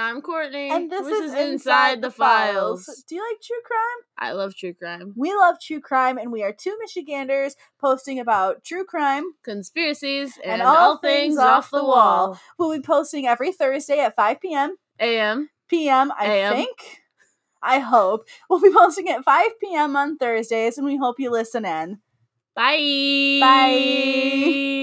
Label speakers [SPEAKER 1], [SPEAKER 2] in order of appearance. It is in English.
[SPEAKER 1] I'm Courtney.
[SPEAKER 2] And this, is, Inside, the Files. Do you like true crime?
[SPEAKER 1] I love true crime,
[SPEAKER 2] We love true crime, and we are two Michiganders posting about true crime.
[SPEAKER 1] conspiracies, and, all things off the wall.
[SPEAKER 2] We'll be posting every Thursday at 5 p.m.
[SPEAKER 1] AM.
[SPEAKER 2] p.m. I
[SPEAKER 1] AM.
[SPEAKER 2] think. I hope. We'll be posting at 5 p.m. on Thursdays, and we hope you listen in.
[SPEAKER 1] Bye.
[SPEAKER 2] Bye.